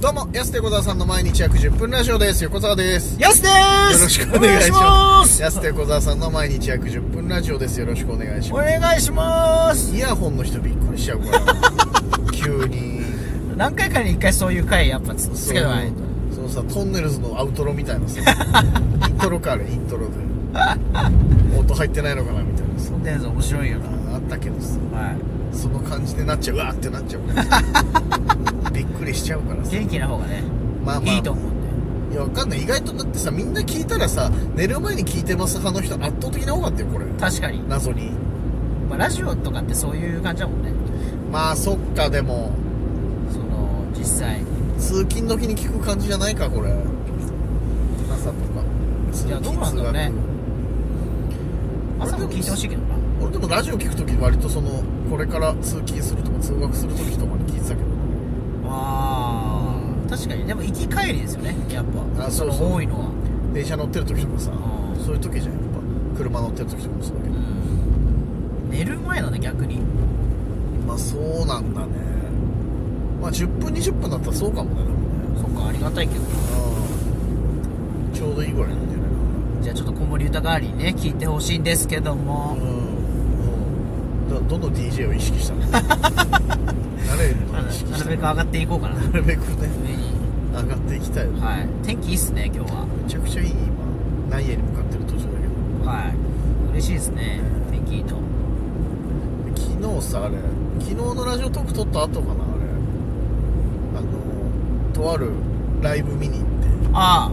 どうも、安手小沢さんの毎日約10分ラジオです。横澤です。よやすでーすろしくお願いします。お安手小沢さんの毎日約10分ラジオです。よろしくお願いします。願いしますイヤホンの人びっくりしちゃう から。急に。何回かに一回そういう回やっぱつつそけのないとそのさ、トンネルズのアウトロみたいなさ、イントロかあれ、イントロで。音入ってないのかなみたいなさそ。んなやつ面白いよなああったけどさ、はいその感じでなっちゃう。うわーってなっちゃうから さ。びっくりしちゃうからさ。元気な方がねまあまあいいと思うんいや、わかんない。意外とだってさ、みんな聞いたらさ、寝る前に聞いてます派の人圧倒的な多かったよ、これ。で確かに、謎に。まあ、ラジオとかってそういう感じだもんねまあ、そっか、でも、その実際通勤の日に聞く感じじゃないか、これ。朝とか。通いやどうなんだろうね朝も聞いてほしいけどな通学俺でもラジオ聞くとき割とその、これから通勤するとか通学するときとかに聞いてたけあー確かにでも行き帰りですよねやっぱあそうそうの多いのはど、電車乗ってるときとかさあ、ーそういうときじゃん、やっぱ。車乗ってるときとかもそうだけうど。ん寝る前なんだ逆にまあ、そうなんだね。まあ、10分、20分だったらそうかもね、でもね。そっかありがたいけどうんちょうどいいぐらいなんじゃないかじゃあちょっと子守歌代わりにね聞いてほしいんですけども、なうんうんだどの DJ を意識した の誰まあの意識なしるたべくの上がっていこうかななるべくね上に上がっていきたいよねはい天気いいっすね今日はめちゃくちゃいい今内野に向かってる途中だはい嬉しいですね天気いいとけど昨日さあれ昨日のラジオトーク撮った後かなあれあのとあるライブ見に行ってあ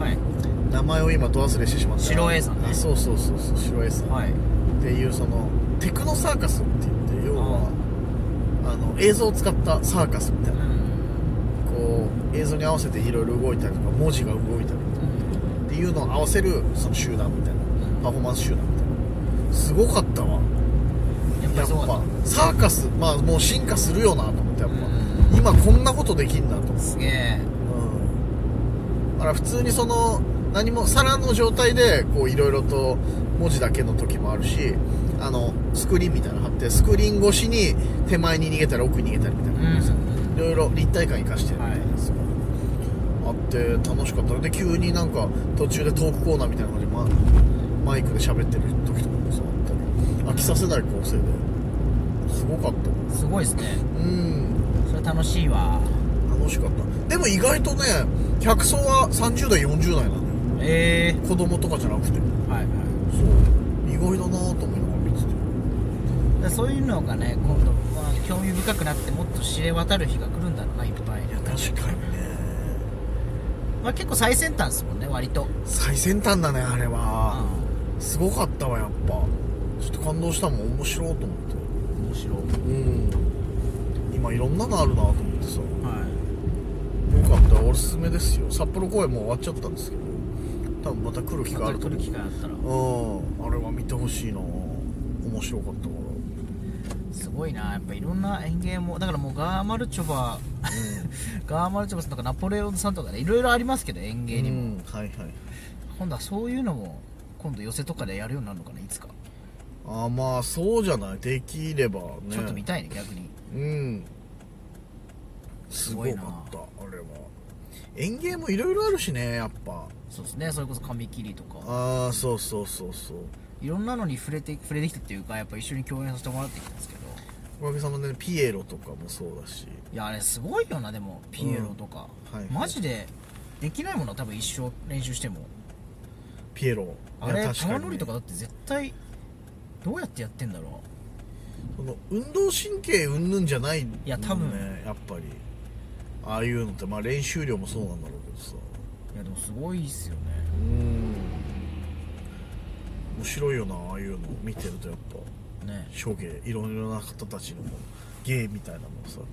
あはい名前を今ど忘れしてしまった白 A さんねあそうそうそうそう白 A さんはいっていうそのテクノサーカスって言って要はあの映像を使ったサーカスみたいうなんこう映像に合わせていろいろ動いたりとか文字が動いたりとかっていうのを合わせるその集団みたいなパフォーマンス集団みたいなすごかったわやっぱやりっそうだぱサーカスまあもう進化するよなと思ってやっぱう今こんなことできんだと思すげえうんだから普通にその何も皿の状態でこういろいろと文字だけの時もあるしあのスクリーンみたいなの貼ってスクリーン越しに手前に逃げたり奥に逃げたりみたいな感じでうんいろいろ立体感生かしてるみたいなやつがあって楽しかったで急になんか途中でトークコーナーみたいな感じで、ま、マイクで喋ってる時とかもさあったり飽きさせない構成ですごかったすごいですねうんそれ楽しいわ楽しかったでも意外とね客層は30代40代なのよえ子供とかじゃなくてえはいはそう意外だなと思いながら見てていだそういうのがね今度は興味深くなってもっと知れ渡る日が来るんだろうないっぱい確かにねまあ、結構最先端ですもんね割と最先端だねあれは面すごかったわやっぱちょっと感動したもん面白いと思って白いうん今いろんなのあるなと思ってさよはいかったおすすめですよ札幌公演もう終わっちゃったんですけど多分また来る機会あると思るう機会あったらうんあれは見てほしいな面白かったからすごいなやっぱいろんな園芸もだからもうガーマルチョバ ガーマルチョバさんとかナポレオンさんとかねいろいろありますけど園芸にも、うん、はいはい今度はそういうのも今度寄せとかでやるようになるのかないつか、あまあそうじゃないできればねちょっと見たいね逆にうんすすごかごいっなたあれは園芸もいろいろあるしねやっぱそうですねそれこそ紙切りとかああそうそうそうそういろんなのに触れて触れてきたっていうかやっぱ一緒に共演させてもらってきたんですけどおかげさまでねピエロとかもそうだしいやあれすごいよなでもピエロとか、うんはいマジでできないものは多分一生練習してもピエロあれいや確かにね玉乗りとかだって絶対どうやってやってんだろその運動神経うんぬんじゃないいいや多分ねやっぱりああいうのってまあ練習量もそうなんだろうけどさういやでもすごいっすよねうん面白いよなああいうの見てるとやっぱね諸芸いろいろな方たちの芸みたいなのをさやっ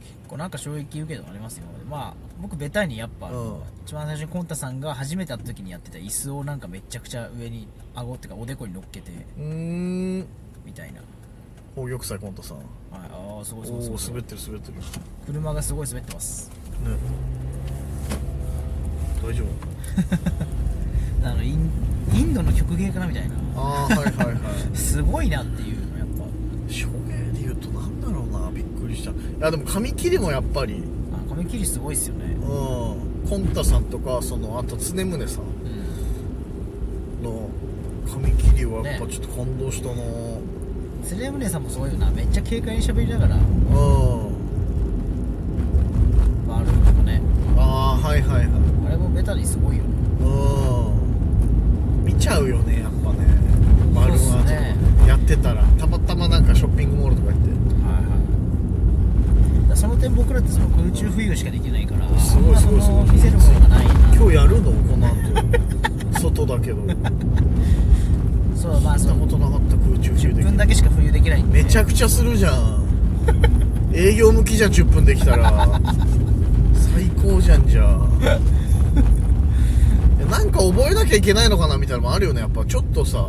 結構なんか衝撃受けたのありますよまあ僕ベタにやっぱ、うん一番最初にコンタさんが初めて会った時にやってた椅子をなんかめちゃくちゃ上に顎っていうかおでこに乗っけてぱうんみたいな、宝玉祭コントさんはい、ああすごいすおごいすおごいー滑ってる滑ってるね車がすごい滑ってます大丈夫あのインインドの曲芸かなみたいなああはいはいはいすごいなっていうのやっぱ諸芸で言うとなんだろうなびっくりしたいやでも紙切りもやっぱりあの髪切りすごいっすよねうんコンタさんとかそのあと常宗さんうんの髪切りはねやっぱちょっと感動したな、セレブネさんもすごいよなめっちゃ軽快に喋りながらうんバールとかねああはいはいはいあれもベタにすごいよねうん見ちゃうよねやっぱねバルーンそうアっすーねトとかやってたらたまたまなんかショッピングモールとか行ってはいはいその点僕らってその空中浮遊しかできないからすごいすごいすそんごないその見せるものがないな今日やるのこの 後外だけどそうまあそそんなのことなかった空中浮遊でき10分だけしか浮遊できないんでめちゃくくちゃするじゃん営業向きじゃん10分できたら最高じゃんじゃあいやなんか覚えなきゃいけないのかなみたいなのもあるよねやっぱちょっとさ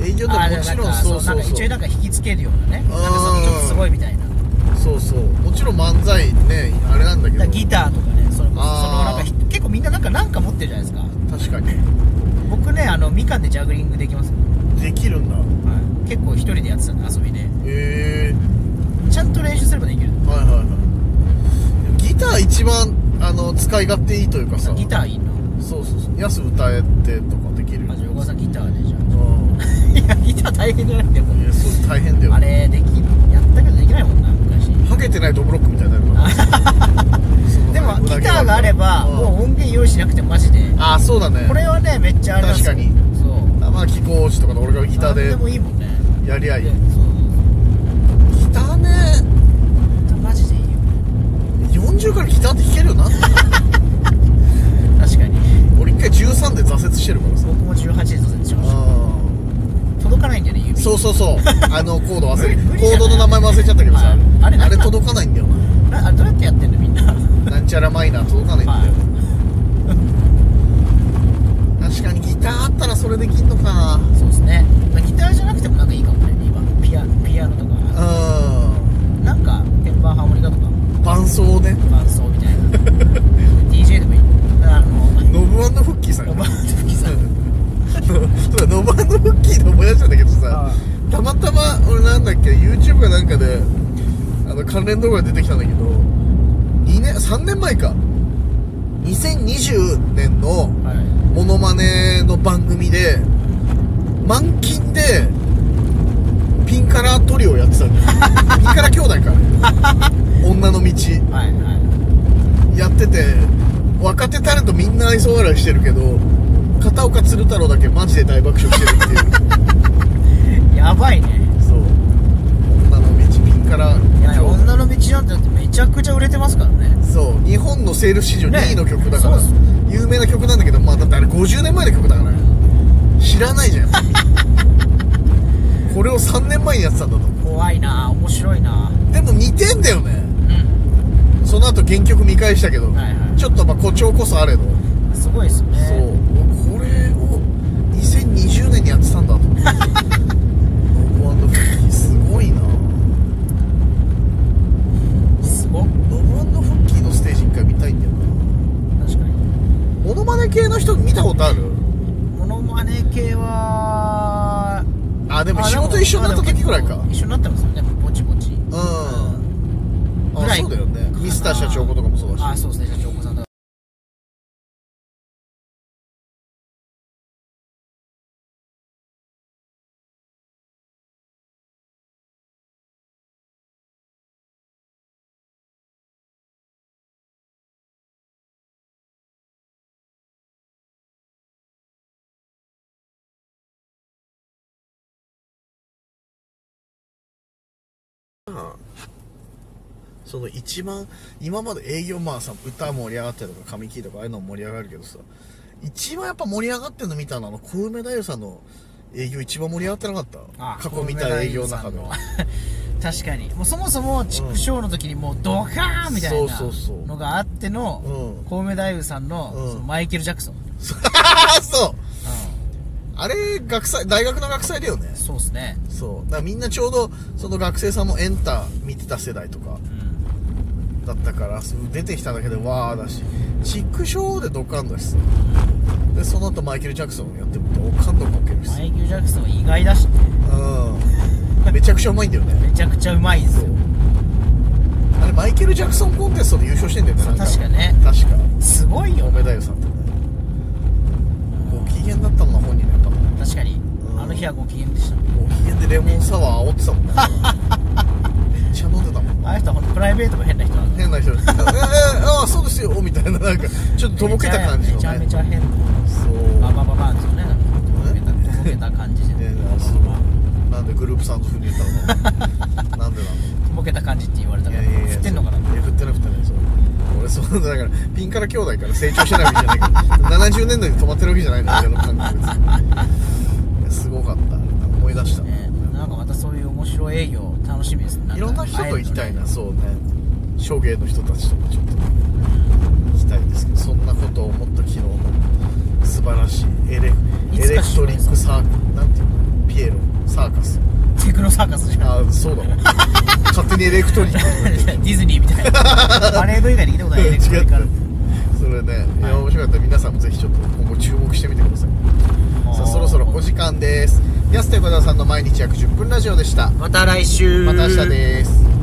営業でももちろんそうそうなんかそう一応なんか引きつけるようなねなんんかそのちょっとすごいみたいなそうそうもちろん漫才ねあれなんだけだからどギターとかねそれこそそのなんあかーひ結構みんななんかなんか持ってるじゃないです確かかに僕ねあのみかんでジャグリングできますよ、できるんだ結構一人でやってたんで遊びでへえちゃんと練習すればできるはいはいはいギター一番あの使い勝手いいというかさギターいいなそうそうそう安歌えてとかできるよあじゃあ横川さんギターでじゃうんあいやギター大変じゃなくてもいやそう大変だよあれできやったけどできないもんな昔ハゲてないドブロックみたいになるからそのでもギ裏切らターれたがあればうんもう音源用意しなくてもマジでああそうだねこれはねめっちゃあれなんですよ確かにそうまあ気候落ちとかの俺がギターなんででもいいもんねやり合いでギそうターねマジでいいよ40からギターって弾けるよな確かに俺一回13で挫折してるからさ僕も18で挫折しましあた届かないんだよねー指そうそう そうあのコード忘れ無理コードの名前も忘れちゃったけどさああれれあれ届かないんだよななあどうやってやってんのみんななんちゃらマイナー届かないんだよ、は確かにギターあったらそれできんのかないそうですね、まあ、ギターじゃなくてもなんかいいかもね今ピアピアノとかうなんか鍵盤ハーモニカとかん伴奏をね伴奏み たいな DJ でもいいあのノブアンドフッキーさんおがばあちゃんさんそうだノバのフッキーの思い出したんだけどさたまたま俺なんだっけ YouTube かなんかであの関連動画が出てきたんだけど2年3年前か2020年のはいモノマネの番組で満金でピンカラトリオやってたんだよピ ンカラ兄弟か女の道はいはいやってて若手タレントみんな愛想笑いしてるけど片岡鶴太郎だけマジで大爆笑してるっていう やばいねそう女の道ピンからいや女の道なんてだってめちゃくちゃ売れてますからねそう日本のセールス市場ね2位の曲だから、そう有名な曲なんだけどまあだってあれ50年前の曲だから知らないじ ゃんこれを3年前にやってたんだと怖いな面白いなでも似てんだよねうんその後原曲見返したけど、はいはいちょっとまあ誇張こそあれど、すごいですよねそうこれを2020年にやってたんだと ノブアンドフッキーすごいなすごっノブアンドフッキーのステージ一回見たいんだよな確かにモノマネ系の人見たことあるモノマネ系はあでもあ仕事一緒になった時ぐらいでかも一緒になってますよねぼちぼちうんあぐらいそうだよねかなミスター社長ことかもそうだしあそうですね社長子さんだその一番今まで営業マンさん歌盛り上がってるとか髪切りとかああいうのも盛り上がるけどさ一番やっぱ盛り上がってるの見たのはあの小梅太夫さんの営業一番盛り上がってなかったあ過去見た営業の中でコウメ太夫さんの確かにもうそもそも畜生の時にもうドカーンみたそいなうそうそうのがあってのうんコウメ太夫さんのうんそのマイケル・ジャクソン、あ そうあれ学祭大学の学祭だよねそうですね、そうだからみんなちょうどその学生さんもエンタ見てた世代とかうん、だったからそう出てきただけでわーだしチックショーでドカンだしさでその後マイケル・ジャクソンやってもドカンドカン受けるしマイケル・ジャクソンは意外だしねうんめちゃくちゃうまいんだよねめちゃくちゃうまいんですよだあれマイケル・ジャクソンコンテストで優勝してんだよねなんそう確かね確かすごいよ青梅な太夫さんってねご機嫌だったもんな本人やっぱ確かにうんあの日はご機嫌でしたご機嫌でレモンサワー煽ってたもんねめっちゃ飲んでたもんあの人は本当プライベートも変な人なんで変な人ですええああそうですよみたいななんかちょっととぼけた感じのめちゃめねちゃ変なそうババババーンですよねなんかそうねとぼけた感じじゃええあそうなんでグループサウンド風に言ったのなんでなのとぼけた感じって言われたから振ってんのかなえ振ってない振ってないそう俺そんなだからピンから兄弟から成長してないわけじゃないから70年代に止まってるわけじゃないの俺の感覚ですすごかった思い出した、ねなんかまたそういう面白い営業楽しみですねかいろんな人と行きたいな、そうね商芸の人たちともちょっと行きたいですけどそんなことを思った昨日の素晴らしいエレいエつレかクしよトうリねックサークなんていうのピエロサーカステクノサーカスしかああそうだわ勝手にエレクトリックディズニーみたいなパレード以外で聞いたことない違ねったこれからそれね、いやはい面白かったら皆さんもぜひちょっと今後注目してみてくださいさあそろそろお時間です安手小田さんの毎日約10分ラジオでしたまた来週また明日です